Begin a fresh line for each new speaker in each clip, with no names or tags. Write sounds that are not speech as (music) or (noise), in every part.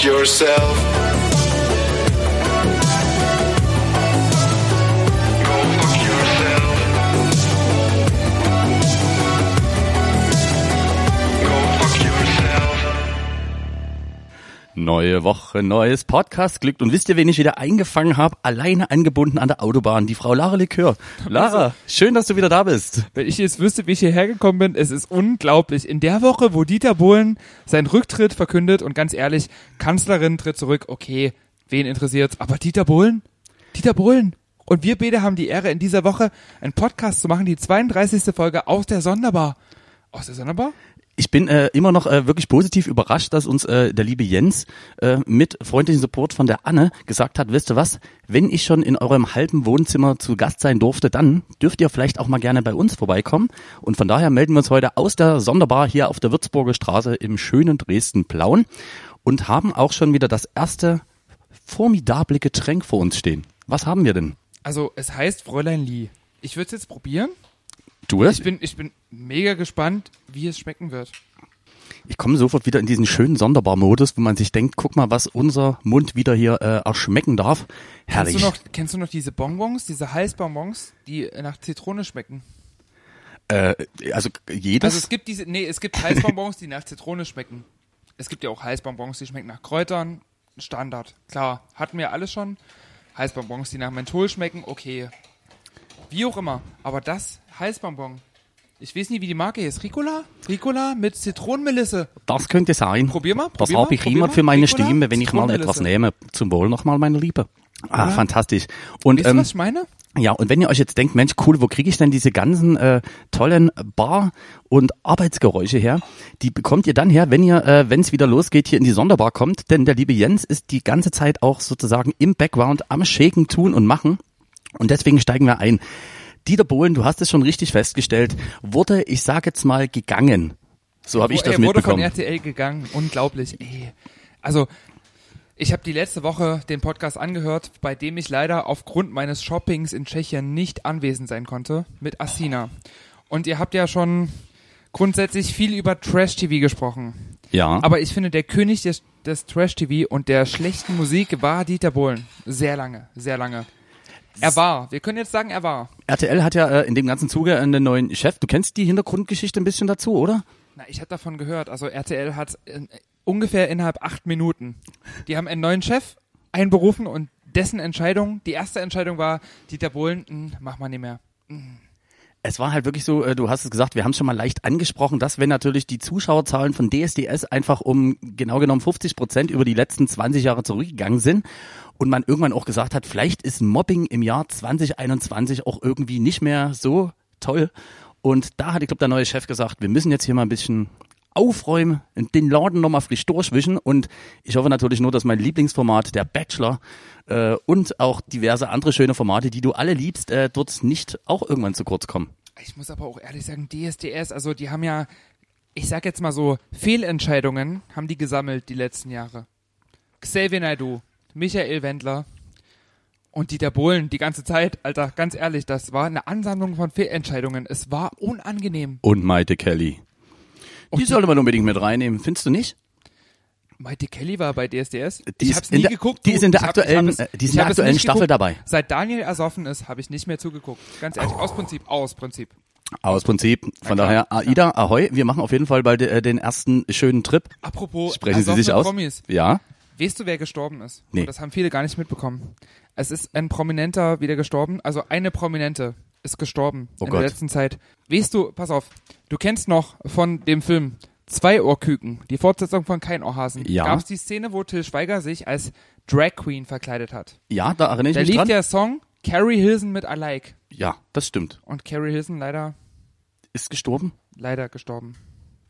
yourself. Go fuck yourself. Go fuck yourself.
Neue Woche, neues Podcast glückt. Und wisst ihr, wen ich wieder eingefangen habe? Alleine angebunden an der Autobahn, die Frau Lara Likör. Lara, schön, dass du wieder da bist.
Wenn ich jetzt wüsste, wie ich hierher gekommen bin, es ist unglaublich. In der Woche, wo Dieter Bohlen seinen Rücktritt verkündet und ganz ehrlich, Kanzlerin tritt zurück, okay, wen interessiert's? Aber Dieter Bohlen? Dieter Bohlen! Und wir beide haben die Ehre, in dieser Woche einen Podcast zu machen, die 32. Folge aus der Sonderbar. Aus der Sonderbar?
Ich bin äh, immer noch äh, wirklich positiv überrascht, dass uns äh, der liebe Jens äh, mit freundlichem Support von der Anne gesagt hat, wisst ihr was, wenn ich schon in eurem halben Wohnzimmer zu Gast sein durfte, dann dürft ihr vielleicht auch mal gerne bei uns vorbeikommen. Und von daher melden wir uns heute aus der Sonderbar hier auf der Würzburger Straße im schönen Dresden-Plauen und haben auch schon wieder das erste formidable Getränk vor uns stehen. Was haben wir denn?
Also, es heißt Fräulein Lee. Ich würde es jetzt probieren.
Du es?
Ich bin, ich bin mega gespannt, wie es schmecken wird.
Ich komme sofort wieder in diesen schönen Sonderbar-Modus, wo man sich denkt, guck mal, was unser Mund wieder hier äh, erschmecken darf. Herrlich.
Kennst du, noch, kennst du noch diese Bonbons, diese Halsbonbons, die nach Zitrone schmecken?
äh, also jedes.
Also es gibt diese, nee, es gibt Halsbonbons, die nach Zitrone schmecken. Es gibt ja auch Halsbonbons, die schmecken nach Kräutern. Standard, klar. Hatten wir alle schon. Halsbonbons, die nach Menthol schmecken, okay. Wie auch immer. Aber das Halsbonbon, ich weiß nie, wie die Marke ist. Ricola? Ricola mit Zitronenmelisse.
das könnte sein.
Probier mal,
Das
probier
habe
mal,
ich
probier
immer
mal.
für meine
Ricola,
Stimme, wenn ich mal
Zitronenmelisse.
etwas nehme. Zum Wohl nochmal, meine Liebe. Ah, fantastisch. Und
Wisst ihr,
ähm,
was ich meine?
ja, und wenn ihr euch jetzt denkt, Mensch, cool, wo kriege ich denn diese ganzen äh, tollen Bar- und Arbeitsgeräusche her? Die bekommt ihr dann her, wenn ihr, äh, wenn es wieder losgeht, hier in die Sonderbar kommt. Denn der liebe Jens ist die ganze Zeit auch sozusagen im Background am Shaken tun und machen. Und deswegen steigen wir ein. Dieter Bohlen, du hast es schon richtig festgestellt, wurde, ich sage jetzt mal, gegangen. So habe ich
er
das
wurde von
mitbekommen.
RTL gegangen. Unglaublich. Ey. Also, ich habe die letzte Woche den Podcast angehört, bei dem ich leider aufgrund meines Shoppings in Tschechien nicht anwesend sein konnte, mit Asina. Und ihr habt ja schon grundsätzlich viel über Trash-TV gesprochen.
Ja.
Aber ich finde, der König des, des Trash-TV und der schlechten Musik war Dieter Bohlen. Sehr lange, sehr lange. Er war. Wir können jetzt sagen, er war.
RTL hat ja äh, in dem ganzen Zuge einen neuen Chef. Du kennst die Hintergrundgeschichte ein bisschen dazu, oder?
Na, ich habe davon gehört. Also RTL hat äh, ungefähr innerhalb acht Minuten. Die haben einen neuen Chef einberufen und dessen Entscheidung, die erste Entscheidung war, Dieter Bohlen, mh, mach mal nicht mehr.
Es war halt wirklich so, äh, du hast es gesagt, wir haben es schon mal leicht angesprochen, dass wenn natürlich die Zuschauerzahlen von DSDS einfach um genau genommen 50 Prozent über die letzten 20 Jahre zurückgegangen sind und man irgendwann auch gesagt hat, vielleicht ist Mobbing im Jahr 2021 auch irgendwie nicht mehr so toll. Und da hat, ich glaube, der neue Chef gesagt, wir müssen jetzt hier mal ein bisschen aufräumen und den Laden nochmal frisch durchwischen. Und ich hoffe natürlich nur, dass mein Lieblingsformat, der Bachelor, äh, und auch diverse andere schöne Formate, die du alle liebst, äh, dort nicht auch irgendwann zu kurz kommen.
Ich muss aber auch ehrlich sagen, DSDS, also die haben ja, ich sag jetzt mal so, Fehlentscheidungen haben die gesammelt die letzten Jahre. Xavier Naidoo, Michael Wendler und Dieter Bohlen die ganze Zeit, Alter, ganz ehrlich, das war eine Ansammlung von Fehlentscheidungen. Es war unangenehm.
und Maite Kelly. Die sollte man unbedingt mit reinnehmen, findest du nicht?
Maite Kelly war bei DSDS.
Die
ich
ist
hab's
in
nie
der-
geguckt.
die
du.
ist in der
Ich hab-
aktuellen-
ich hab
äh,
es-
die ist in
ich
der
hab es
aktuellen
nicht
Staffel
geguckt.
dabei. Oh.
Seit Daniel ersoffen ist, habe ich nicht mehr zugeguckt. Ganz ehrlich, aus Prinzip, aus Prinzip.
Aus Prinzip. Von daher, Aida, ahoi, wir machen auf jeden Fall bald äh, den ersten schönen Trip.
Apropos
Sprechen Sie
ersoffene
sich aus?
Promis.
Ja.
Weißt du, wer gestorben ist?
Nee.
Und das haben viele gar nicht mitbekommen. Es ist ein Prominenter wieder gestorben. Also eine Prominente ist gestorben
Oh
in
Gott.
der letzten Zeit. Weißt du, pass auf, du kennst noch von dem Film Zwei Ohrküken, die Fortsetzung von Kein Ohrhasen.
Ja.
Gab es die Szene, wo Till Schweiger sich als Drag Queen verkleidet hat?
Ja, da erinnere ich
Da
mich
lief
dran.
der Song Carrie Hilson mit I Like.
Ja, das stimmt.
Und Carrie Hilson leider,
Ist gestorben?
leider gestorben.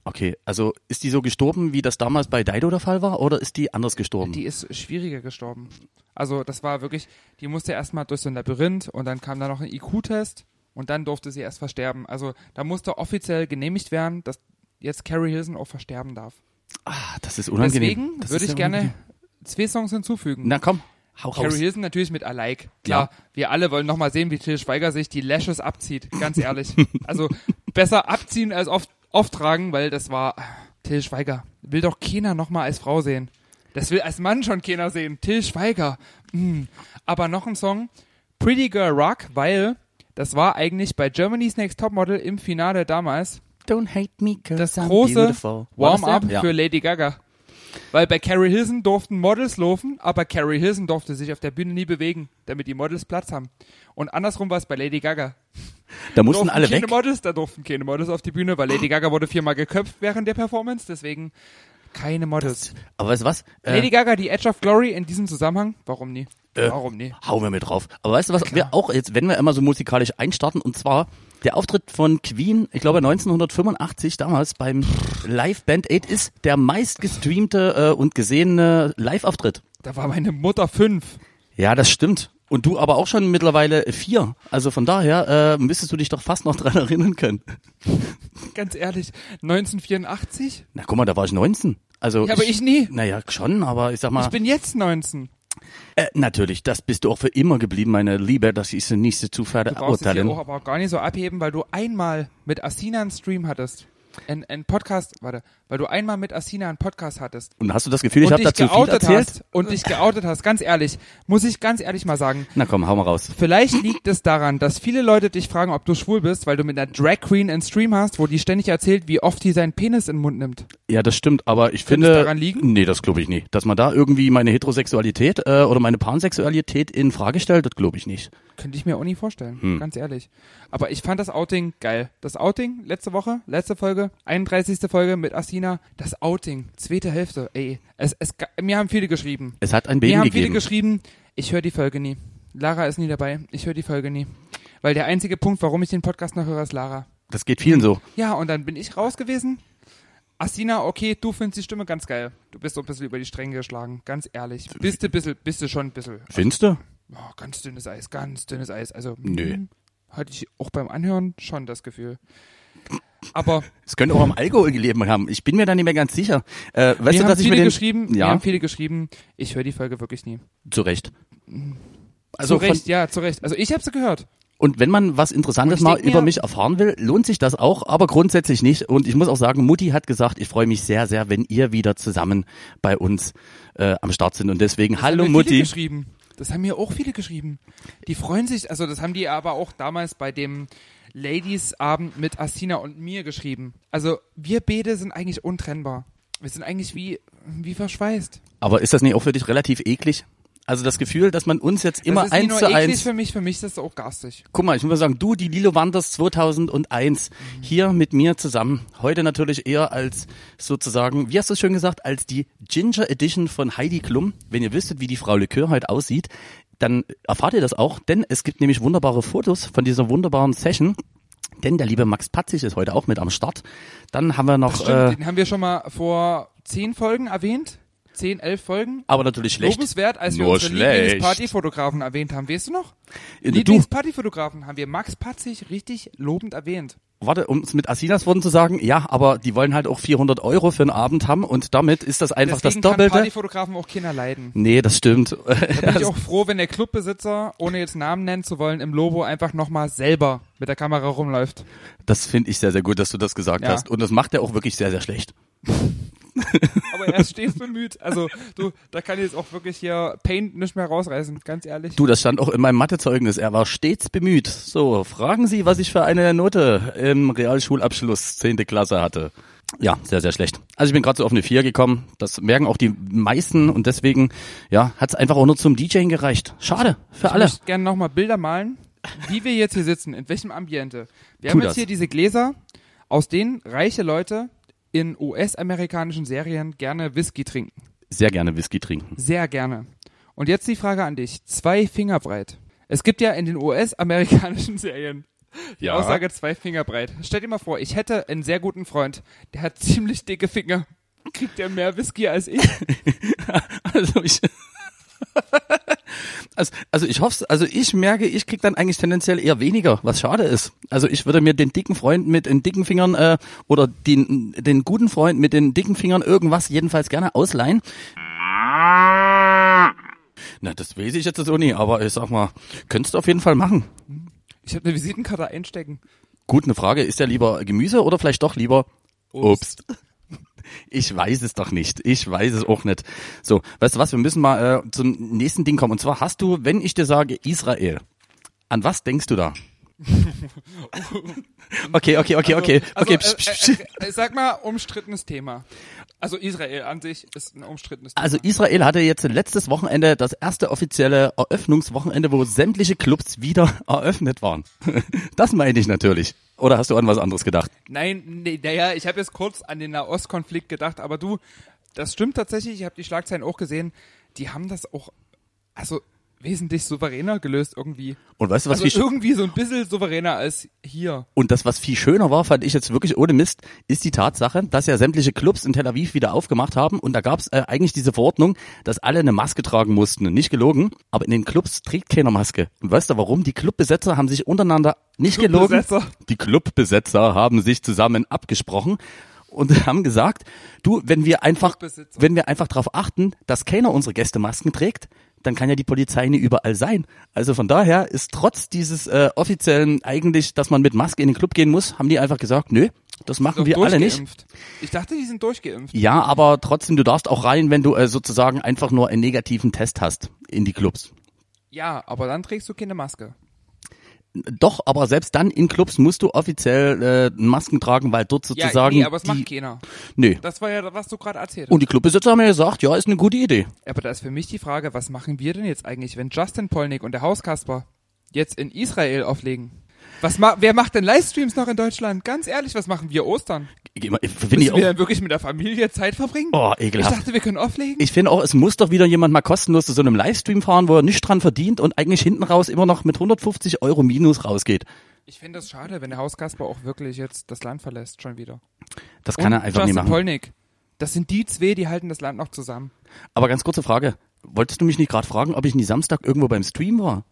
Okay, also ist die so gestorben, wie das damals bei Dido der Fall war, oder ist die anders gestorben?
Die ist schwieriger gestorben. Also das war wirklich, die musste erstmal durch so ein Labyrinth und dann kam da noch ein IQ-Test und dann durfte sie erst versterben. Also da musste offiziell genehmigt werden, dass jetzt Carrie Hilson auch versterben darf.
ah, das ist unangenehm.
Deswegen
Das
würde
ist
ich
ja
gerne
unangenehm.
zwei Songs hinzufügen.
Na komm, hau raus.
Carrie Hilson natürlich mit Alike. Klar, wir alle wollen nochmal sehen, wie Till Schweiger sich die Lashes abzieht.
(laughs)
Ganz ehrlich. also besser abziehen als oft, oft tragen, weil das war Till Schweiger. Will doch keiner nochmal als Frau sehen. Das will als Mann schon keiner sehen. Till Schweiger. Hm. Aber noch ein Song. Pretty Girl Rock, weil das war eigentlich bei Germany's Next Topmodel im Finale damals
Don't hate me, cause
das
I'm
große
beautiful. War das
Warm-up
der? ja.
für Lady Gaga. Weil bei Carrie Hilson durften Models laufen, aber Carrie Hilson durfte sich auf der Bühne nie bewegen, damit die Models Platz haben. Und andersrum war es bei Lady Gaga.
Da mussten
Durften
alle
keine
weg.
Models, da durften keine Models auf die Bühne, weil Lady Gaga wurde viermal geköpft während der Performance, deswegen keine Models.
Aber weißt du was? Äh,
Lady Gaga, die Edge of Glory in diesem Zusammenhang, warum nie?
Äh.
Warum nie?
hauen wir mit drauf. Aber weißt du was, wir auch jetzt, wenn wir immer so musikalisch einstarten, und zwar der Auftritt von Queen, ich glaube 1985 damals beim Live Band Aid ist der meistgestreamte äh, und gesehene Live-Auftritt.
Da war meine Mutter fünf.
Ja, das stimmt. Und du aber auch schon mittlerweile vier. Also von daher äh, müsstest du dich doch fast noch dran erinnern können.
Ganz ehrlich, 1984?
Na guck mal, da war ich 19. Also
Ja, aber ich nie.
Naja, schon, aber ich sag mal,
Ich bin jetzt 19.
äh, natürlich, das bist du auch für immer geblieben, meine Liebe. Das ist die nächste Zufall
Du brauchst es hier auch
urteilen.
aber auch gar nicht so abheben, weil du einmal mit Asina einen Stream hattest. Ein, ein Podcast, warte, weil du einmal mit Asina einen Podcast hattest.
Und hast du das Gefühl, ich
und
habe
dich
dazu viel
geoutet
erzählt?
hast. Und dich geoutet hast, ganz ehrlich. Muss ich ganz ehrlich mal sagen.
Na komm, hau mal raus.
Vielleicht liegt es daran, dass viele Leute dich fragen, ob du schwul bist, weil du mit einer Drag Queen einen Stream hast, wo die ständig erzählt, wie oft die seinen Penis in den Mund nimmt.
Ja, das stimmt, aber ich
Könnte
finde.
es daran liegen?
Nee, das glaube ich nicht. Dass man da irgendwie meine Heterosexualität äh, oder meine Pansexualität in Frage stellt, das glaube ich nicht.
Könnte ich mir auch nie vorstellen, ganz ehrlich. Aber ich fand das Outing geil. Das Outing letzte Woche, letzte Folge, 31. Folge mit Asina, das Outing, zweite Hälfte, ey. Es, es, ga- mir haben viele geschrieben.
Es hat ein
Mir
Beben
haben viele
gegeben.
geschrieben, ich höre die Folge nie. Lara ist nie dabei, ich höre die Folge nie. Weil der einzige Punkt, warum ich den Podcast noch höre, ist Lara.
Das geht vielen so.
Ja, und dann bin ich raus gewesen. Asina, okay, du findest die Stimme ganz geil. Du bist so ein bisschen über die Stränge geschlagen, ganz ehrlich. Bist du, bisschen, bist du schon ein bisschen.
Findest du?
Oh, ganz dünnes Eis, ganz dünnes Eis. Also,
Nö.
mm, hatte ich auch beim Anhören schon das Gefühl. Aber
Es könnte auch am Alkohol gelegen haben. Ich bin mir da nicht mehr ganz sicher. Äh, weißt
mir
du,
haben
dass ich
viele
mir den
geschrieben, mir
Ja,
haben viele geschrieben, ich höre die Folge wirklich nie.
zu Recht. Also
zu Recht,
von,
ja, zu Recht. Also ich habe sie gehört.
und wenn man was
Und
Interessantes
ich
mal
denk mir-
über mich erfahren will, lohnt sich das auch, aber grundsätzlich nicht. Und ich muss auch sagen, Mutti hat gesagt, ich freue mich sehr, sehr, wenn ihr wieder zusammen bei uns äh, am Start sind. Und deswegen,
Das
hallo
haben mir Viele
Mutti.
geschrieben. Das haben mir auch viele geschrieben. Die freuen sich, also das haben die aber auch damals bei dem Ladies-Abend mit Asina und mir geschrieben. Also wir beide sind eigentlich untrennbar. Wir sind eigentlich wie, wie verschweißt.
Aber ist das nicht auch für dich relativ eklig? Also das Gefühl, dass man uns jetzt immer
das ist nicht
eins
nur
zu
eklig
eins.
für mich, für mich ist das auch garstig.
Guck mal, ich muss mal sagen, du, die Lilo Wanders 2001, hier mit mir zusammen. Heute natürlich eher als sozusagen, wie hast du es schön gesagt, als die Ginger Edition von Heidi Klum. Wenn ihr wüsstet, wie die Frau Likör heute aussieht, dann erfahrt ihr das auch, denn es gibt nämlich wunderbare Fotos von dieser wunderbaren Session. Denn der liebe Max Patzig ist heute auch mit am Start. Dann haben wir noch,
Stimmt,
äh,
den haben wir schon mal vor zehn Folgen erwähnt. Zehn, elf Folgen.
aber natürlich schlecht.
Lobenswert, als wir
Nur
unsere
schlecht. Äh,
Lieblingspartyfotografen erwähnt haben. Weißt du noch?
Du,
Lieblingspartyfotografen haben wir Max Patzig richtig lobend erwähnt.
warte, um es mit Asinas Worten zu sagen, ja, aber die wollen halt auch 400 Euro für einen Abend haben und damit ist das einfach
Deswegen
das
kann
Doppelte.
Partyfotografen auch Kinder leiden.
Nee, das stimmt. (laughs)
Da bin ich auch froh, wenn der Clubbesitzer, ohne jetzt Namen nennen zu wollen, im Lobo einfach nochmal selber mit der Kamera rumläuft.
Das finde ich sehr, sehr gut, dass du das gesagt
Ja.
hast. Und das macht er auch wirklich sehr, sehr schlecht.
Aber er ist stets bemüht. Also du, da kann ich jetzt auch wirklich hier Paint nicht mehr rausreißen, ganz ehrlich.
Du, das stand auch in meinem Mathezeugnis. Er war stets bemüht. So, fragen Sie, was ich für eine Note im Realschulabschluss 10. Klasse hatte. Ja, sehr, sehr schlecht. Also ich bin gerade so auf eine 4 gekommen. Das merken auch die meisten und deswegen, ja, hat es einfach auch nur zum DJing gereicht. Schade, für alle.
Ich möchte gerne nochmal Bilder malen, wie wir jetzt hier sitzen, in welchem Ambiente. Wir
Tu
haben jetzt
das.
hier diese Gläser, aus denen reiche Leute in US-amerikanischen Serien gerne Whisky trinken.
Sehr gerne Whisky trinken.
Sehr gerne. Und jetzt die Frage an dich. Zwei Finger breit. Es gibt ja in den US-amerikanischen (laughs) Serien die Aussage zwei Finger breit. Stell dir mal vor, ich hätte einen sehr guten Freund, der hat (laughs) ziemlich dicke Finger. Kriegt der mehr Whisky als ich?
Also ich, (laughs) also, also ich hoffe, also ich merke, ich krieg dann eigentlich tendenziell eher weniger, was schade ist. Also ich würde mir den dicken Freund mit den dicken Fingern äh, oder den, den guten Freund mit den dicken Fingern irgendwas jedenfalls gerne ausleihen. Na, das weiß ich jetzt so nie, aber ich sag mal, könntest du auf jeden Fall machen.
Ich habe eine Visitenkarte einstecken.
Gut, eine Frage, ist der lieber Gemüse oder vielleicht doch lieber Obst? (laughs) Ich weiß es doch nicht. Ich weiß es auch nicht. So, weißt du was, wir müssen mal äh, zum nächsten Ding kommen. Und zwar hast du, wenn ich dir sage Israel, an was denkst
(laughs)
du da? okay, okay, okay, okay.
Also,
okay,
also,
psch, psch,
äh,
psch.
äh, äh, sag mal, umstrittenes Thema. Also Israel an sich ist ein umstrittenes Thema.
Also Israel hatte jetzt letztes Wochenende das erste offizielle Eröffnungswochenende, wo sämtliche Clubs wieder eröffnet waren. (laughs) Das meine ich natürlich. Oder hast du an was anderes gedacht?
Nein, nee, naja, ich habe jetzt kurz an den Nahostkonflikt gedacht, aber du, das stimmt tatsächlich, ich habe die Schlagzeilen auch gesehen, die haben das auch, also wesentlich souveräner gelöst irgendwie.
Und weißt du, was
Also
viel sch-
irgendwie so ein bisschen souveräner als hier.
Und das, was viel schöner war, fand ich jetzt wirklich ohne Mist, ist die Tatsache, dass ja sämtliche Clubs in Tel Aviv wieder aufgemacht haben. Und da gab es äh, eigentlich diese Verordnung, dass alle eine Maske tragen mussten. Nicht gelogen, aber in den Clubs trägt keiner Maske. Und weißt du warum? Die Clubbesetzer haben sich untereinander nicht gelogen.
Clubbesetzer.
Die Clubbesetzer haben sich zusammen abgesprochen und (laughs) haben gesagt, du, wenn wir einfach,
Clubbesitzer.
wenn wir einfach darauf achten, dass keiner unsere Gäste Masken trägt, dann kann ja die Polizei nie überall sein. Also von daher ist trotz dieses äh, offiziellen eigentlich, dass man mit Maske in den Club gehen muss, haben die einfach gesagt, nö, das machen
Doch
wir alle nicht.
durchgeimpft. Ich dachte, die sind durchgeimpft.
Ja, aber trotzdem, du darfst auch rein, wenn du äh, sozusagen einfach nur einen negativen Test hast in die Clubs.
Ja, aber dann trägst du keine Maske.
Doch, aber selbst dann in Clubs musst du offiziell äh, Masken tragen, weil dort
Ja,
sozusagen
nee, aber es
die,
macht keiner.
nö.
Das war ja, was du gerade erzählt hast.
Und die Clubbesitzer haben ja gesagt, ja, ist eine gute Idee.
Aber da ist für mich die Frage, was machen wir denn jetzt eigentlich, wenn Justin Polnick und der Hauskasper jetzt in Israel auflegen? Was ma wer macht denn Livestreams noch in Deutschland? Ganz ehrlich, was machen wir Ostern?
Finde ich
Müssen wir
auch.
dann wirklich mit der Familie Zeit verbringen?
Oh,
ich
ekelhaft.
dachte, wir können auflegen.
Ich finde auch, es muss doch wieder jemand mal kostenlos zu so einem Livestream fahren, wo er nicht dran verdient und eigentlich hinten raus immer noch mit 150 Euro Minus rausgeht.
Ich finde das schade, wenn der Hauskasper auch wirklich jetzt das Land verlässt, schon wieder.
Das kann
und
er einfach
Justin
nicht machen.
Polnick. Das sind die zwei, die halten das Land noch zusammen.
Aber ganz kurze Frage. Wolltest du mich nicht gerade fragen, ob ich nie Samstag irgendwo beim Stream war?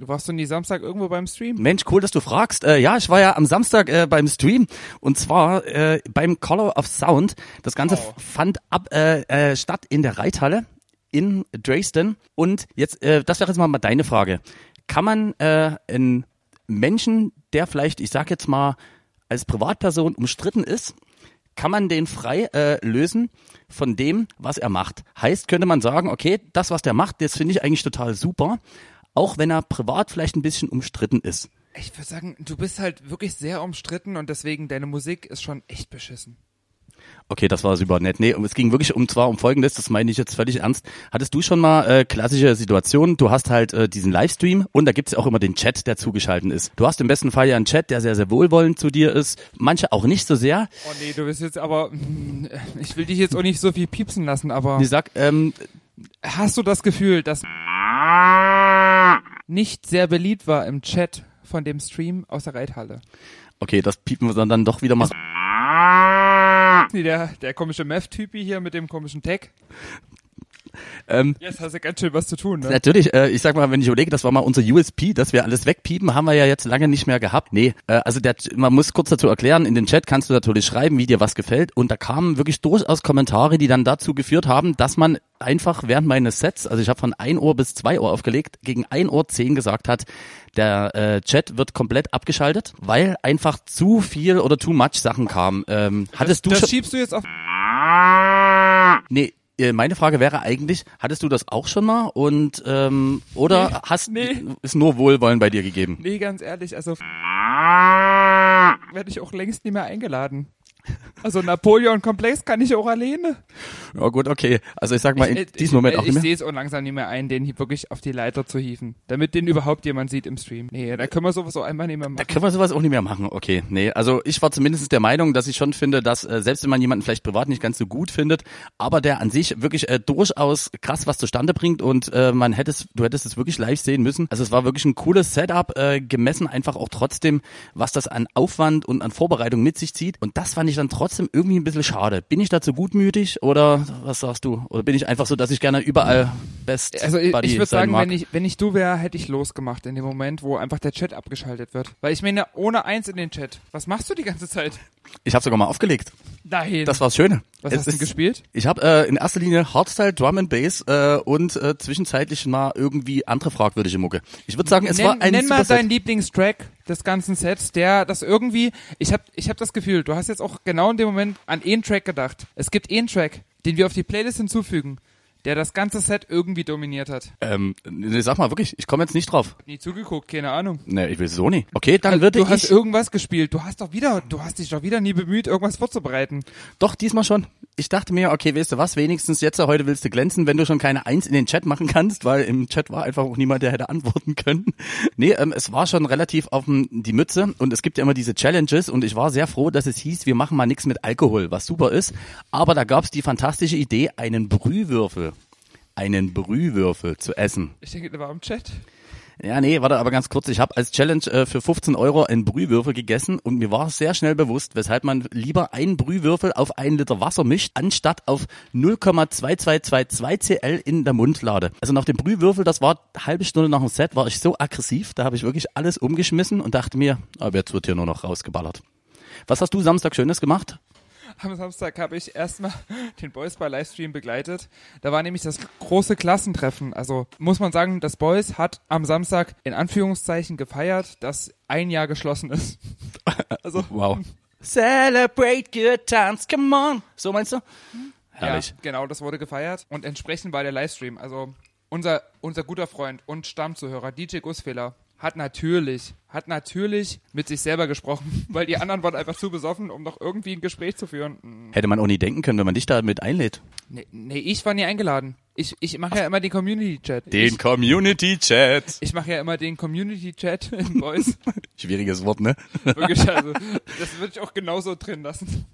Du warst doch nie Samstag irgendwo beim Stream.
Mensch, cool, dass du fragst. Äh, ja, ich war ja am Samstag äh, beim Stream und zwar äh, beim Color of Sound. Das Ganze
Wow.
f- fand ab äh, äh, statt in der Reithalle in Dresden. Und jetzt, äh, das wäre jetzt mal mal deine Frage. Kann man äh, einen Menschen, der vielleicht, ich sag jetzt mal, als Privatperson umstritten ist, kann man den frei äh, lösen von dem, was er macht. Heißt, könnte man sagen, okay, das, was der macht, das finde ich eigentlich total super, auch wenn er privat vielleicht ein bisschen umstritten ist.
Ich würde sagen, du bist halt wirklich sehr umstritten und deswegen deine Musik ist schon echt beschissen.
Okay, das war super nett. Nee, um- es ging wirklich um zwar um Folgendes, das meine ich jetzt völlig ernst. Hattest du schon mal äh, klassische Situationen? Du hast halt äh, diesen Livestream und da gibt's ja auch immer den Chat, der zugeschalten ist. Du hast im besten Fall ja einen Chat, der sehr, sehr wohlwollend zu dir ist, manche auch nicht so sehr.
Oh nee, du bist jetzt aber. mm, Ich will dich jetzt auch nicht so viel piepsen lassen, aber
Ich sag, ähm,
hast du das Gefühl, dass nicht sehr beliebt war im Chat von dem Stream aus der Reithalle?
okay, das piepen wir dann- dann doch wieder mal.
Nee, der, der komische Meth-Typi hier mit dem komischen Tag.
Ähm,
Jetzt hast du ganz schön was zu tun, ne?
Natürlich, äh, ich sag mal, wenn ich überlege, das war mal unser USP, dass wir alles wegpiepen, haben wir ja jetzt lange nicht mehr gehabt. Nee, äh, also der, man muss kurz dazu erklären, in den Chat kannst du natürlich schreiben, wie dir was gefällt und da kamen wirklich durchaus Kommentare, die dann dazu geführt haben, dass man einfach während meines Sets, also ich habe von 1 Uhr bis 2 Uhr aufgelegt, gegen 1 Uhr 10 gesagt hat, der äh, Chat wird komplett abgeschaltet, weil einfach zu viel oder too much Sachen kamen. Ähm, hattest du
Das
schon,
schiebst du jetzt auf.
Nee, äh, meine Frage wäre eigentlich, hattest du das auch schon mal und ähm, oder
Nee,
hast
nee.
ist nur Wohlwollen bei dir gegeben?
Nee, ganz ehrlich, also. Werde ich auch längst nie mehr eingeladen. Also Napoleon-Komplex kann ich auch alleine.
Ja gut, okay. Also ich sag mal in
Äh,
diesem Moment
ich,
auch
Ich
nicht mehr.
sehe es auch langsam nicht mehr ein, den hier wirklich auf die Leiter zu hieven. Damit den überhaupt jemand sieht im Stream. Nee, da können wir sowas auch einmal nicht mehr
Da
machen.
können wir sowas auch nicht mehr machen. Okay, nee. Also ich war zumindest der Meinung, dass ich schon finde, dass äh, selbst wenn man jemanden vielleicht privat nicht ganz so gut findet, aber der an sich wirklich äh, durchaus krass was zustande bringt und äh, man hätte es, du hättest es wirklich live sehen müssen. Also es war wirklich ein cooles Setup, äh, gemessen einfach auch trotzdem, was das an Aufwand und an Vorbereitung mit sich zieht. Und das fand ich dann trotzdem irgendwie ein bisschen schade. Bin ich dazu gutmütig oder was sagst du? Oder bin ich einfach so, dass ich gerne überall best
Also ich,
Buddy
ich würde
sein
sagen,
mag?
wenn ich, wenn ich du wäre, hätte ich losgemacht in dem Moment, wo einfach der Chat abgeschaltet wird. Weil ich meine, ohne eins in den Chat, was machst du die ganze Zeit? (laughs)
ich habe sogar mal aufgelegt.
Nein.
Das war das Schöne.
was
Es
hast du denn
ist-
gespielt?
Ich habe äh, in erster Linie Hardstyle, Drum and Bass äh, und äh, zwischenzeitlich mal irgendwie andere fragwürdige Mucke. Ich würde sagen, es
nenn
war ein
nenn mal
super Set.
deinen Lieblingstrack. des ganzen Sets, der das irgendwie, ich habe ich hab das Gefühl, du hast jetzt auch genau in dem Moment an einen Track gedacht. Es gibt einen Track, den wir auf die Playlist hinzufügen, der das ganze Set irgendwie dominiert hat.
Ähm, nee, sag mal wirklich, ich komme jetzt nicht drauf.
Nie zugeguckt, keine Ahnung.
Nee, ich will so nie. Okay, dann würde
Also du hast
ich.
irgendwas gespielt. Du hast doch wieder, du hast dich doch wieder nie bemüht, irgendwas vorzubereiten.
Doch, diesmal schon. Ich dachte mir, okay, weißt du was, wenigstens jetzt, heute willst du glänzen, wenn du schon keine Eins in den Chat machen kannst, weil im Chat war einfach auch niemand, der hätte antworten können. (laughs) Nee, ähm, es war schon relativ auf dem- die Mütze und es gibt ja immer diese Challenges und ich war sehr froh, dass es hieß, wir machen mal nichts mit Alkohol, was super ist. Aber da gab's die fantastische Idee, einen Brühwürfel, einen Brühwürfel zu essen.
Ich denke, der war im Chat.
Ja, nee, warte, aber ganz kurz. Ich habe als Challenge äh, für 15 Euro einen Brühwürfel gegessen und mir war sehr schnell bewusst, weshalb man lieber einen Brühwürfel auf einen Liter Wasser mischt, anstatt auf 0,2222 Cl in der Mundlade. Also nach dem Brühwürfel, das war eine halbe Stunde nach dem Set, war ich so aggressiv, da habe ich wirklich alles umgeschmissen und dachte mir, ah, aber jetzt wird hier nur noch rausgeballert. Was hast du Samstag Schönes gemacht?
Am Samstag habe ich erstmal (laughs) den Boys Bar Livestream begleitet. Da war nämlich das große Klassentreffen. Also muss man sagen, das Boys hat am Samstag in Anführungszeichen gefeiert, dass ein Jahr geschlossen ist. Also
Wow. Celebrate good times, come on. So meinst du? Herrlich.
Ja, genau, das wurde gefeiert und entsprechend war der Livestream. Also unser, unser guter Freund und Stammzuhörer DJ Gussfehler hat natürlich, hat natürlich mit sich selber gesprochen, (laughs) weil die anderen waren einfach zu besoffen, um noch irgendwie ein Gespräch zu führen. Hm.
Hätte man auch nie denken können, wenn man dich da mit einlädt.
Nee, nee ich war nie eingeladen. Ich, ich mache ja immer den Community-Chat.
Den Community-Chat.
Ich mache ja immer den Community-Chat (laughs) in Voice.
Schwieriges Wort,
(laughs)
ne?
Wirklich, also, das würde ich auch genauso drin lassen.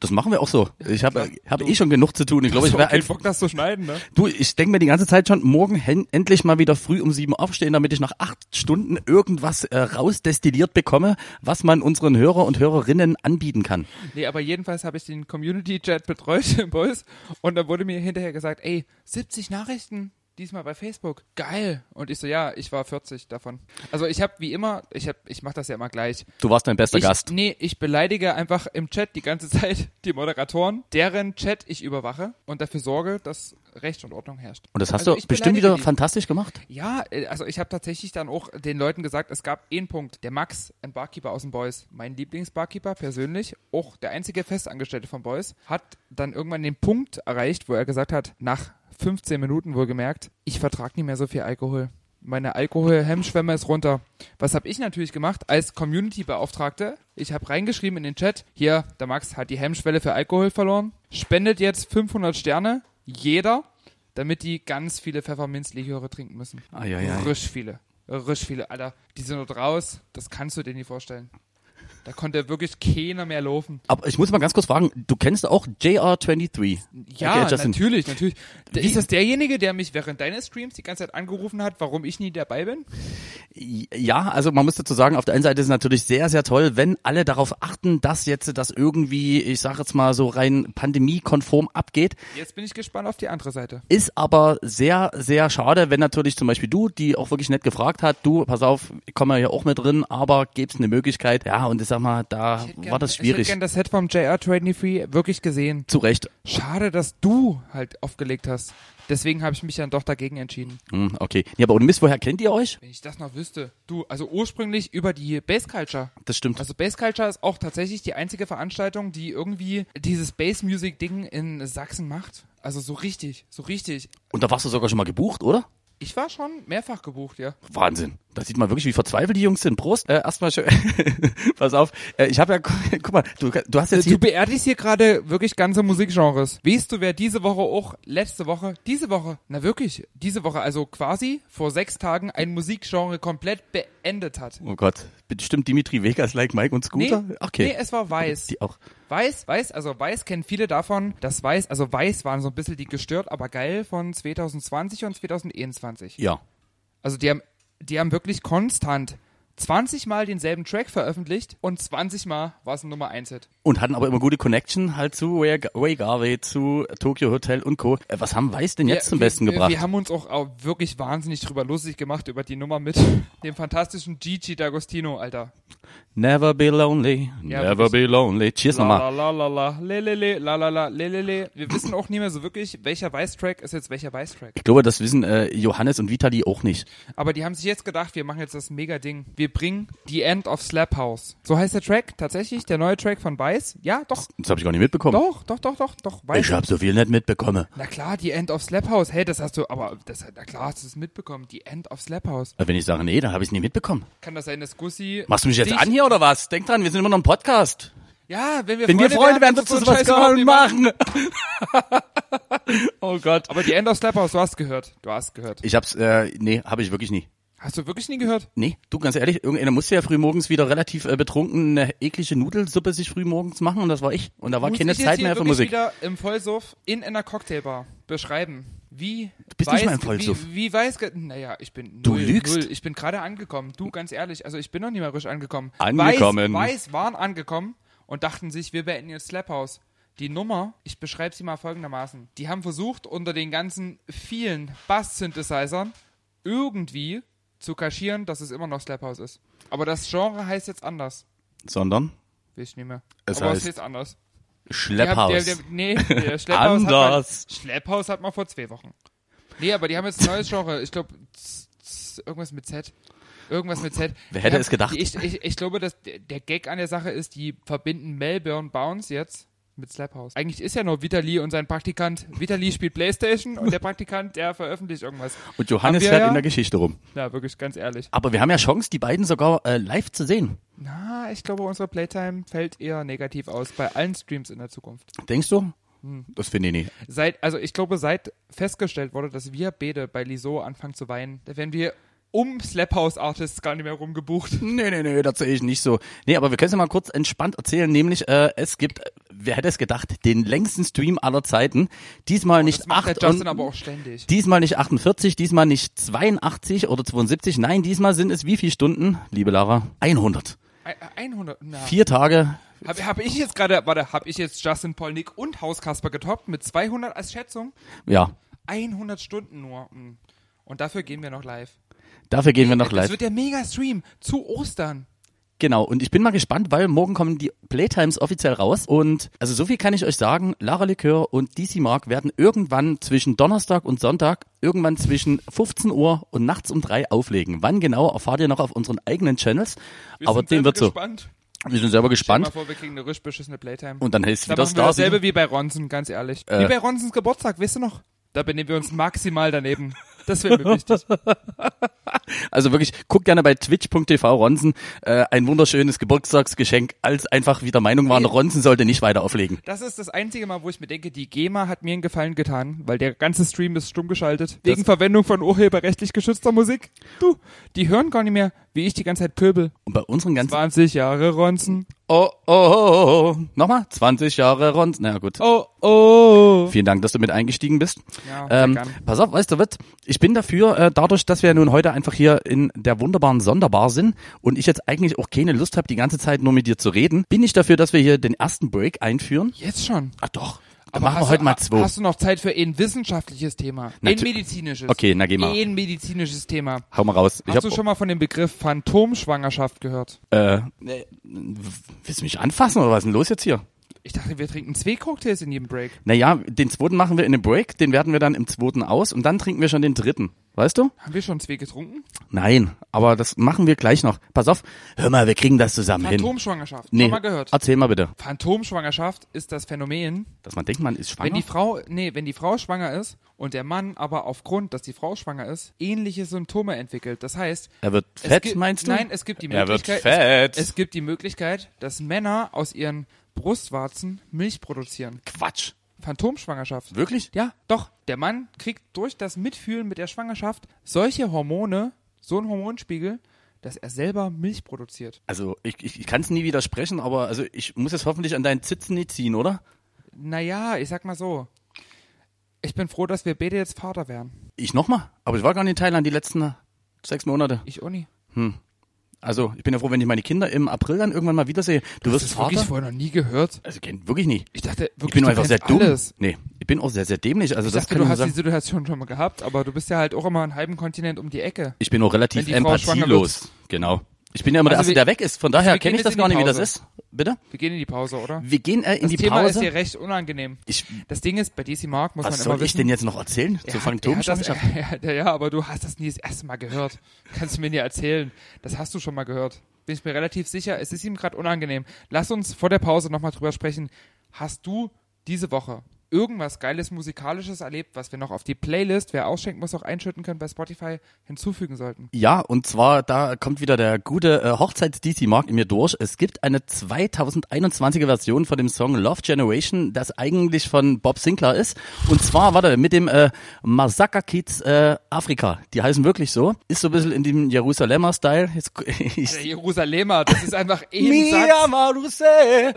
Das machen wir auch so. Ich habe hab eh schon genug zu tun. Ich glaube, ich
So,
wär
kein
einfach.
Bock, das zu schneiden, ne?
Du, ich denke mir die ganze Zeit schon, morgen hen- endlich mal wieder früh um sieben aufstehen, damit ich nach acht Stunden irgendwas äh, rausdestilliert bekomme, was man unseren Hörer und Hörerinnen anbieten kann.
Nee, aber jedenfalls habe ich den Community-Chat betreut (laughs) im Bus und dann wurde mir hinterher gesagt, ey, 70 Nachrichten diesmal bei Facebook. Geil. Und ich so, ja, ich war 40 davon. Also ich habe wie immer, ich hab, ich mache das ja immer gleich.
Du warst mein bester
Ich,
Gast.
Nee, ich beleidige einfach im Chat die ganze (laughs) Zeit die Moderatoren, deren Chat ich überwache und dafür sorge, dass Recht und Ordnung herrscht.
Und das hast
Also
du
ich
bestimmt
beleidige
wieder
die.
fantastisch gemacht.
Ja, äh, also ich habe tatsächlich dann auch den Leuten gesagt, es gab einen Punkt. Der Max, ein Barkeeper aus dem Boys, mein Lieblingsbarkeeper persönlich, auch der einzige Festangestellte von Boys, hat dann irgendwann den Punkt erreicht, wo er gesagt hat, nach 15 Minuten wohlgemerkt, ich vertrage nicht mehr so viel Alkohol. Meine Alkoholhemmschwemme ist runter. Was habe ich natürlich gemacht als Community-Beauftragte? Ich habe reingeschrieben in den Chat, hier, der Max hat die Hemmschwelle für Alkohol verloren, spendet jetzt 500 Sterne, jeder, damit die ganz viele Pfefferminzliköre trinken müssen.
Ah, ja, ja.
Risch viele. Risch viele, Alter. Die sind dort raus, das kannst du dir nicht vorstellen. Da konnte wirklich keiner mehr laufen.
Aber ich muss mal ganz kurz fragen, du kennst auch JR23.
Ja,
Okay, Justin.
natürlich, natürlich. Da- Ist das derjenige, der mich während deines Streams die ganze Zeit angerufen hat, warum ich nie dabei bin?
Ja, also man muss dazu sagen, auf der einen Seite ist es natürlich sehr, sehr toll, wenn alle darauf achten, dass jetzt das irgendwie, ich sage jetzt mal so rein pandemiekonform abgeht.
Jetzt bin ich gespannt auf die andere Seite.
Ist aber sehr, sehr schade, wenn natürlich zum Beispiel du, die auch wirklich nett gefragt hat, du, pass auf, ich komme ja auch mit drin, aber gibt's eine Möglichkeit. Ja, und ich sag mal, da
Ich hätte
war
gern-
das
Ich hätte
schwierig.
gern das Set vom JR Trading Free wirklich gesehen.
Zu Recht.
Schade, dass du halt aufgelegt hast. Deswegen habe ich mich dann doch dagegen entschieden.
Hm, okay. Ja, aber und Mist, woher kennt ihr euch?
Wenn ich das noch wüsste. Du, also ursprünglich über die Base Culture.
Das stimmt.
Also Bass Culture ist auch tatsächlich die einzige Veranstaltung, die irgendwie dieses Bass Music Ding in Sachsen macht. Also so richtig, so richtig.
Und da warst du sogar schon mal gebucht, oder?
Ich war schon mehrfach gebucht, ja.
Wahnsinn. Da sieht man wirklich, wie verzweifelt die Jungs sind. Prost. Äh, erstmal schön. (laughs) pass auf. Äh, ich habe ja, (laughs) guck mal, du, du hast jetzt
Äh, Du
hier
beerdigst hier gerade wirklich ganze Musikgenres. Weißt du, wer diese Woche auch, letzte Woche, diese Woche, na wirklich, diese Woche, also quasi vor sechs Tagen ein Musikgenre komplett beendet hat?
Oh Gott, bestimmt Dimitri Vegas, Like Mike und Scooter? okay.
nee, es war Weiß.
die auch.
Weiß, Weiß, also Weiß kennen viele davon. Das Weiß, also Weiß waren so ein bisschen die gestört, aber geil von 2020 und 2021.
Ja.
Also die haben, die haben wirklich konstant 20 Mal denselben Track veröffentlicht und 20 Mal war es ein Nummer 1 Hit.
Und hatten aber immer gute Connection halt zu Way Way Garvey, zu Tokyo Hotel und Co. Äh, was haben Weiß denn jetzt
Wir-
zum Besten
wir,
gebracht?
Wir haben uns auch, auch
(laughs)
wirklich wahnsinnig drüber lustig gemacht über die Nummer mit dem fantastischen Gigi D'Agostino, Alter.
Never be lonely,
Ja,
never be lonely. Cheers nochmal.
La la la la la, le, le, le, la la la le, le, le. Wir wissen auch nicht mehr so wirklich, welcher Weißtrack ist jetzt welcher Weißtrack.
Ich glaube, das wissen äh, Johannes und Vitali auch nicht.
Aber die haben sich jetzt gedacht, wir machen jetzt das Mega-Ding. Wir bringen The End of Slap House. So heißt der Track tatsächlich, der neue Track von Weiß. Ja, doch,
Das habe ich gar nicht mitbekommen.
doch, doch, doch, doch, doch. Weiß.
Ich habe so viel nicht mitbekommen.
Na klar, die End of Slap House. Hey, das hast du, aber das, na klar hast du es mitbekommen. Die End of Slap House.
Äh, Wenn ich sage, nee, dann habe ich es nie mitbekommen.
Kann das sein, dass Gussi...
Machst du mich jetzt
dich-
an hier oder was? Denk dran, wir sind immer noch ein Podcast.
Ja, wenn wir
Wenn wir Freunde werden, wird
würdest du
uns
so einen
was
Scheiß überhaupt
Golden
nicht machen.
machen. (laughs) oh Gott.
Aber die End of Slap House, du hast gehört. Du hast gehört.
Ich hab's, äh, nee, habe ich wirklich nie.
Hast du wirklich nie gehört?
Nee, du, ganz ehrlich, irgendeiner musste ja früh morgens wieder relativ äh, betrunken eine eklige Nudelsuppe sich früh morgens machen und das war ich. Und da war
Muss
keine
ich jetzt
ne, Zeit
hier
mehr für
wirklich
Musik.
wieder im Vollsuff in einer Cocktailbar beschreiben. Wie du
bist
weiß,
nicht mal im Vollsuff.
Wie, wie weiß, ge- naja, ich bin
Du
null,
lügst.
Null. Ich bin gerade angekommen. Du, ganz ehrlich, also ich bin noch nicht mal richtig angekommen.
Angekommen.
Weiß, weiß waren angekommen und dachten sich, wir beenden jetzt Slap House. Die Nummer, ich beschreibe sie mal folgendermaßen. Die haben versucht, unter den ganzen vielen Bass-Synthesizern irgendwie zu kaschieren, dass es immer noch Slap House ist. Aber das Genre heißt jetzt anders.
Sondern
Will ich nicht mehr.
Es
Aber es
heißt-
ist anders. Die
Schlepphaus.
haben- die haben- die haben-
(laughs)
nee, der Schlepphaus
Anders.
Hat man, Schlepphaus hat man vor zwei Wochen. Nee, aber die haben jetzt ein neues Genre. Ich glaube, irgendwas mit Z. Irgendwas mit Z.
Wer
Die
hätte
haben,
es gedacht?
die- Ich, ich, ich glaube, dass der der Gag an der Sache ist, die verbinden Melbourne Bounce jetzt mit Slaphouse. Eigentlich ist ja nur Vitali und sein Praktikant. Vitali spielt Playstation und der Praktikant, der veröffentlicht irgendwas.
Und Johannes
Haben wir
fährt
ja-
in der Geschichte rum.
Na, wirklich, ganz ehrlich.
Aber wir haben ja Chance, die beiden sogar äh, live zu sehen.
Na, ich glaube, unsere Playtime fällt eher negativ aus bei allen Streams in der Zukunft.
Denkst du?
Hm.
Das finde ich nicht.
seit, also ich glaube, seit festgestellt wurde, dass wir beide bei Liso anfangen zu weinen, da werden wir um Slap House Artists gar nicht mehr rumgebucht.
Nee, nee, nee, das sehe ich nicht so. Nee, aber wir können es ja mal kurz entspannt erzählen, nämlich äh, es gibt, äh, wer hätte es gedacht, den längsten Stream aller Zeiten. Diesmal
Oh, Das
nicht
macht der
acht
Justin
und-
aber auch ständig.
Diesmal nicht 48, diesmal nicht 82 oder 72, nein, diesmal sind es wie viele Stunden, liebe Lara? 100.
Ein- 100. Na.
Vier Tage.
Habe hab ich jetzt gerade, warte, habe ich jetzt Justin Polnick und Hauskasper getoppt mit 200 als Schätzung?
Ja,
100 Stunden nur. Hm. Und dafür gehen wir noch live.
dafür gehen wir noch
Das
live.
wird der Mega-Stream zu Ostern.
Genau, und ich bin mal gespannt, weil morgen kommen die Playtimes offiziell raus. Und also so viel kann ich euch sagen, Lara Likör und DC Mark werden irgendwann zwischen Donnerstag und Sonntag, irgendwann zwischen 15 Uhr und nachts um drei auflegen. Wann genau, erfahrt ihr noch auf unseren eigenen Channels.
Wir
Aber
sind
dem
selber
wird so.
gespannt.
Wir sind selber
Stell mal
gespannt.
vor, wir kriegen eine richtig beschissene Playtime.
Und dann heißt es
Da
wieder
machen wir
Starseed.
dasselbe wie bei Ronson, ganz ehrlich.
Äh.
Wie bei Ronsons Geburtstag, weißt du noch? Da benehmen wir uns maximal daneben. Das
(laughs)
wäre mir wichtig.
Also wirklich, guck gerne bei twitch.tv Ronsen. Äh, ein wunderschönes Geburtstagsgeschenk, als einfach wieder Meinung waren, Ronsen sollte nicht weiter auflegen.
Das ist das einzige Mal, wo ich mir denke, die GEMA hat mir einen Gefallen getan, weil der ganze Stream ist stumm geschaltet. Wegen Verwendung von urheberrechtlich geschützter Musik. Du, die hören gar nicht mehr, wie ich die ganze Zeit pöbel.
Und bei unseren ganzen...
20 Jahre Ronson.
Oh, oh, oh, oh, oh. Nochmal? 20 Jahre Ronsen. Na ja, gut.
Oh, oh.
Vielen Dank, dass du mit eingestiegen bist.
Ja, sehr
ähm,
gern.
pass auf, weißt du was? Ich bin dafür, äh, dadurch, dass wir nun heute einfach hier in der wunderbaren Sonderbar sind und ich jetzt eigentlich auch keine Lust habe, die ganze Zeit nur mit dir zu reden, bin ich dafür, dass wir hier den ersten Break einführen.
Jetzt schon.
Ah doch, dann machen wir heute
du,
mal zwei.
Hast du noch Zeit für ein wissenschaftliches Thema?
Natu-
ein medizinisches.
Okay, na geh mal.
Ein medizinisches Thema.
Hau mal raus.
Hast du schon mal von dem Begriff Phantomschwangerschaft gehört?
Äh, nee, willst du mich anfassen oder was ist denn los jetzt hier?
Ich dachte, wir trinken zwei Cocktails in jedem Break.
Naja, den zweiten machen wir in dem Break, den werten wir dann im zweiten aus und dann trinken wir schon den dritten. Weißt du?
Haben wir schon zwei getrunken?
Nein, aber das machen wir gleich noch. Pass auf, hör mal, wir kriegen das zusammen hin.
Phantomschwangerschaft. Schon mal gehört.
erzähl mal bitte.
Phantomschwangerschaft ist das Phänomen,
Dass man denkt, man ist schwanger.
wenn die Frau, nee, wenn die Frau schwanger ist und der Mann aber aufgrund, dass die Frau schwanger ist, ähnliche Symptome entwickelt. Das heißt,
er wird
es
fett,
gibt-
meinst du?
Nein, es gibt die
Er wird
Möglichkeit,
fett.
Es, es gibt die Möglichkeit, dass Männer aus ihren Brustwarzen Milch produzieren.
Quatsch.
Phantomschwangerschaft.
Wirklich?
Ja, doch. Der Mann kriegt durch das Mitfühlen mit der Schwangerschaft solche Hormone, so einen Hormonspiegel, dass er selber Milch produziert.
Also, ich, ich, ich kann es nie widersprechen, aber also ich muss es hoffentlich an deinen Zitzen nicht ziehen, oder?
Naja, ich sag mal so. Ich bin froh, dass wir beide jetzt Vater werden.
Ich nochmal. Aber ich war gar nicht in Thailand die letzten äh, sechs Monate.
Ich Uni.
Also, ich bin ja froh, wenn ich meine Kinder im April dann irgendwann mal wiedersehe. Du wirst Vater?
wirklich vorher noch nie gehört.
Also, kenn- wirklich nicht.
Ich dachte wirklich,
Ich bin
du
einfach sehr
kennst
dumm.
alles.
Nee, ich bin auch sehr, sehr dämlich. Also,
Ich
das
dachte,
kann ich
du
nur
hast die
sagen.
Situation schon mal gehabt, aber du bist ja halt auch immer einen halben Kontinent um die Ecke.
Ich bin auch relativ
Wenn die Frau schwanger
empathielos. Genau. Ich bin ja immer der
Also
Erste,
wir-
der weg ist. Von daher
wir gehen
kenne ich
jetzt
das
in die
gar nicht, wie das
Pause.
ist. Bitte?
Wir gehen in die Pause, oder?
Wir gehen äh, in
Das
die
Thema ist
Pause.
dir recht unangenehm.
Ich,
Das Ding ist, bei DC Mark muss
was
man
soll
immer
ich
wissen.
denn jetzt noch erzählen?
er
Zur
hat- (laughs) er hat das-
Phantomschaft?
Ja, ja, aber du hast das nie das erste Mal gehört. Kannst du mir nie erzählen. Das hast du schon mal gehört. Bin ich mir relativ sicher. Es ist ihm gerade unangenehm. Lass uns vor der Pause nochmal drüber sprechen. Hast du diese Woche irgendwas Geiles Musikalisches erlebt, was wir noch auf die Playlist, wer ausschenken muss, auch einschütten können bei Spotify, hinzufügen sollten?
Ja, und zwar, da kommt wieder der gute äh, Hochzeits-DC-Markt in mir durch. Es gibt eine 2021er Version von dem Song Love Generation, das eigentlich von Bob Sinclair ist. Und zwar, warte, mit dem äh, Masaka Kids äh, Afrika. Die heißen wirklich so. Ist so ein bisschen in dem Jerusalemer-Style. Jetzt,
Der
(laughs) ich,
Jerusalemer, das ist einfach eh ein
(laughs) Mia
Satz.
Maruse.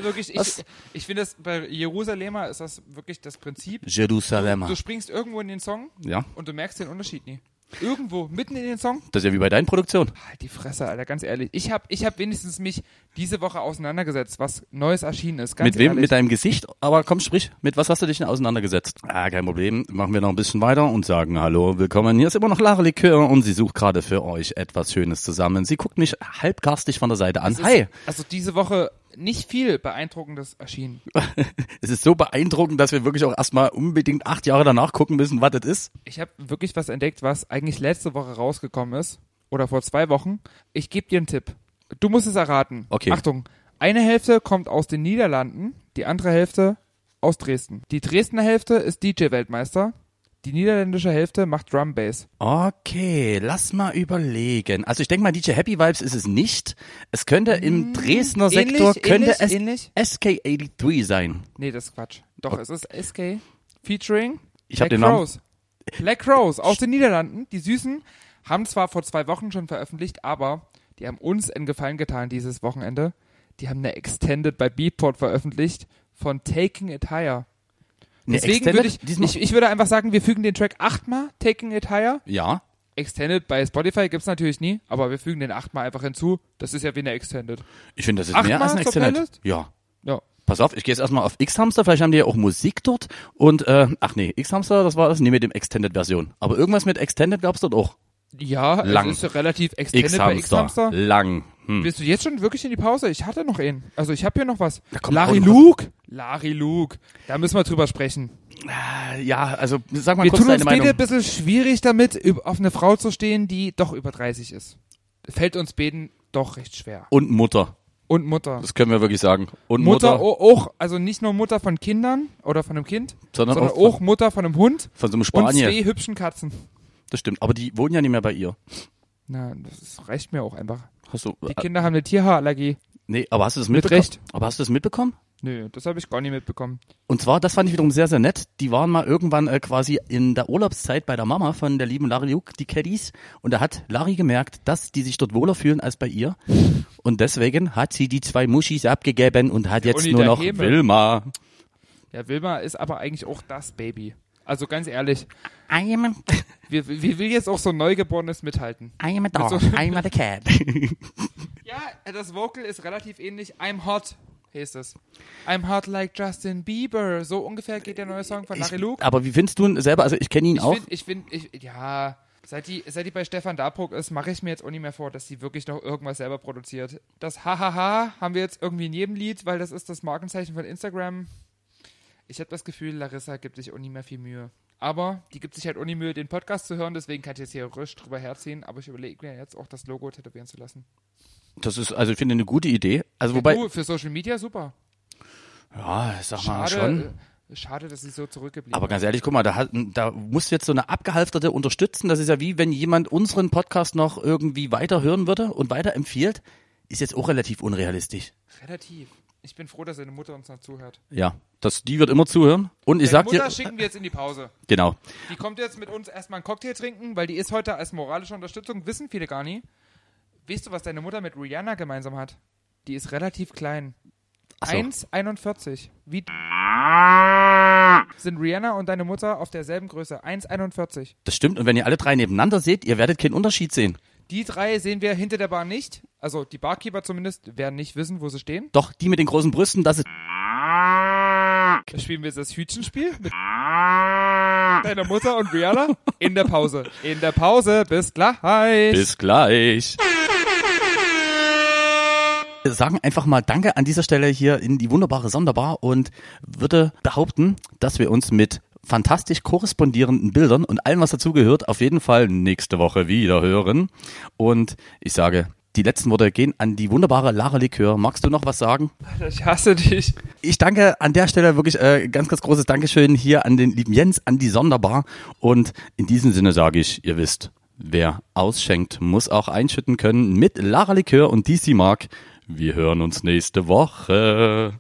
Wirklich,
Was?
ich, ich finde das bei Jerusalemer ist das wirklich das Prinzip.
Jerusalemer.
Du springst irgendwo in den Song
Ja,
und du merkst den Unterschied nie. Irgendwo, mitten in den Song.
das ist ja wie bei deinen Produktionen.
Halt die Fresse, Alter, ganz ehrlich. Ich habe ich hab wenigstens mich diese Woche auseinandergesetzt, was Neues erschienen ist. Ganz
mit wem?
Ehrlich.
Mit deinem Gesicht? Aber komm, sprich, mit was hast du dich denn auseinandergesetzt? Ah, kein Problem. Machen wir noch ein bisschen weiter und sagen Hallo, willkommen. Hier ist immer noch Lara Likör und sie sucht gerade für euch etwas Schönes zusammen. Sie guckt mich halbgarstig von der Seite an.
Es ist
Hi!
Also diese Woche nicht viel Beeindruckendes erschienen.
Es ist so beeindruckend, dass wir wirklich auch erstmal unbedingt acht Jahre danach gucken müssen, was das ist.
Ich habe wirklich was entdeckt, was eigentlich letzte Woche rausgekommen ist. Oder vor zwei Wochen. Ich gebe dir einen Tipp. Du musst es erraten.
Okay.
Achtung. Eine Hälfte kommt aus den Niederlanden, die andere Hälfte aus Dresden. Die Dresdner Hälfte ist DJ-Weltmeister. Die niederländische Hälfte macht Drum Bass.
Okay, lass mal überlegen. Also ich denke mal, DJ Happy Vibes ist es nicht. Es könnte im Dresdner Sektor,
ähnlich,
könnte
ähnlich, ähnlich.
es SK83 sein.
Nee, das ist Quatsch. Doch, es ist SK featuring
Ich hab den Namen-
Rose. Black Rose aus den Niederlanden. Die Süßen haben zwar vor zwei Wochen schon veröffentlicht, aber die haben uns einen Gefallen getan dieses Wochenende. Die haben eine Extended bei Beatport veröffentlicht von Taking It Higher.
Eine
Deswegen
Extended?
würde ich,
Diesmal-
ich, ich würde einfach sagen, wir fügen den Track achtmal Taking It Higher.
ja.
Extended bei Spotify gibt's natürlich nie, aber wir fügen den achtmal einfach hinzu. Das ist ja wie eine Extended.
Ich finde, das ist
Achtmal
mehr als ein
zur
Exzellent.
Playlist?
Ja.
Ja.
Pass auf, ich gehe jetzt erstmal auf X-Hamster, vielleicht haben die ja auch Musik dort. Und, äh, ach nee, X-Hamster, das war das, nee, mit dem Extended-Version. Aber irgendwas mit Extended gab's dort auch.
Ja,
Lang.
es ist relativ Extended bei
X-Hamster,
X-Hamster.
lang. Hm.
Bist du jetzt schon wirklich in die Pause? Ich hatte noch einen. Also ich habe hier noch was.
Da kommt
Larry
auch noch was.
Luke. Larry Luke. Da müssen wir drüber sprechen. Äh,
Ja, also, sag mal
wir
kurz
tun
deine
uns beide
Meinung.
ein bisschen schwierig damit, üb- auf eine Frau zu stehen, die doch über 30 ist. Fällt uns beiden doch recht schwer.
Und Mutter,
Und Mutter.
das können wir wirklich sagen. Und
Mutter,
Mutter,
o- auch, also nicht nur Mutter von Kindern oder von einem Kind,
Sondern
sondern,
auch
auch,
von-
Mutter von einem Hund
von so einem
und
Spanier.
zwei hübschen Katzen.
Das stimmt, aber die wohnen ja nicht mehr bei ihr.
Na, das ist- reicht mir auch einfach.
Hast du,
Die
äh,
Kinder haben eine Tierhaarallergie.
nee, aber hast du das
Mit
mitbekommen?
Recht.
Aber hast du das mitbekommen?
Nö, das habe ich gar nicht mitbekommen.
Und zwar, das fand ich wiederum sehr, sehr nett. Die waren mal irgendwann äh, quasi in der Urlaubszeit bei der Mama von der lieben Larry Luke, die Caddies. Und da hat Larry gemerkt, dass die sich dort wohler fühlen als bei ihr. Und deswegen hat sie die zwei Muschis abgegeben und hat jetzt
Uni
nur
der
noch
Heme.
Wilma.
Ja, Wilma ist aber eigentlich auch das Baby. Also ganz ehrlich,
I'm,
wir, wir will jetzt auch so ein Neugeborenes mithalten.
I'm a dog,
so-
I'm the cat.
Ja, das Vocal ist relativ ähnlich. I'm hot, heißt es. I'm hot like Justin Bieber. So ungefähr geht der neue Song von (laughs) Larry
ich,
Luke.
aber wie findest du ihn selber? Also ich kenne ihn
Ich
auch.
finde, ich find, ich, ja, seit die, seit die bei Stefan Dabruck ist, mache ich mir jetzt auch nicht mehr vor, dass die wirklich noch irgendwas selber produziert. Das Hahaha haben wir jetzt irgendwie in jedem Lied, weil das ist das Markenzeichen von Instagram. Ich habe das Gefühl, Larissa gibt sich auch nicht mehr viel Mühe. Aber die gibt sich halt auch nicht Mühe, den Podcast zu hören, deswegen kann ich jetzt hier rüsch drüber herziehen, aber ich überlege mir jetzt auch, das Logo tätowieren zu lassen.
Das ist, also ich finde eine gute Idee. Also wobei,
du, für Social Media super.
ja, sag mal
Schade,
schon.
äh, schade, dass sie so zurückgeblieben
Aber
ist.
ganz ehrlich, guck mal, da, hat, da musst du jetzt so eine abgehalfterte unterstützen. Das ist ja wie, wenn jemand unseren Podcast noch irgendwie weiterhören würde und weiterempfiehlt. Ist jetzt auch relativ unrealistisch.
Relativ. Ich bin froh, dass seine Mutter uns noch zuhört.
Ja, das, die wird immer zuhören. Und ich
Seine
sag
Mutter
dir,
schicken wir jetzt in die Pause.
genau.
Die kommt jetzt mit uns erstmal einen Cocktail trinken, weil die ist heute als moralische Unterstützung, wissen viele gar nie. Weißt du, was deine Mutter mit Rihanna gemeinsam hat? Die ist relativ klein.
Ach so.
1,41. Wie d- sind Rihanna und deine Mutter auf derselben Größe? 1,41.
Das stimmt. Und wenn ihr alle drei nebeneinander seht, ihr werdet keinen Unterschied sehen.
Die drei sehen wir hinter der Bar nicht. Also die Barkeeper zumindest werden nicht wissen, wo sie stehen.
Doch die mit den großen Brüsten, das ist,
Da spielen wir jetzt das Hütchenspiel
(laughs)
mit deiner Mutter und Rihanna in der Pause. In der Pause. Bis gleich.
bis gleich. äh, sagen einfach mal Danke an dieser Stelle hier in die wunderbare Sonderbar und würde behaupten, dass wir uns mit fantastisch korrespondierenden Bildern und allem, was dazugehört, auf jeden Fall nächste Woche wieder hören. Und ich sage, die letzten Worte gehen an die wunderbare Lara Likör. Magst du noch was sagen?
Alter, ich hasse dich.
Ich danke an der Stelle wirklich äh, ganz, ganz großes Dankeschön hier an den lieben Jens, an die Sonderbar. Und in diesem Sinne sage ich, ihr wisst, wer ausschenkt, muss auch einschütten können mit Lara Likör und DC Mark. Wir hören uns nächste Woche.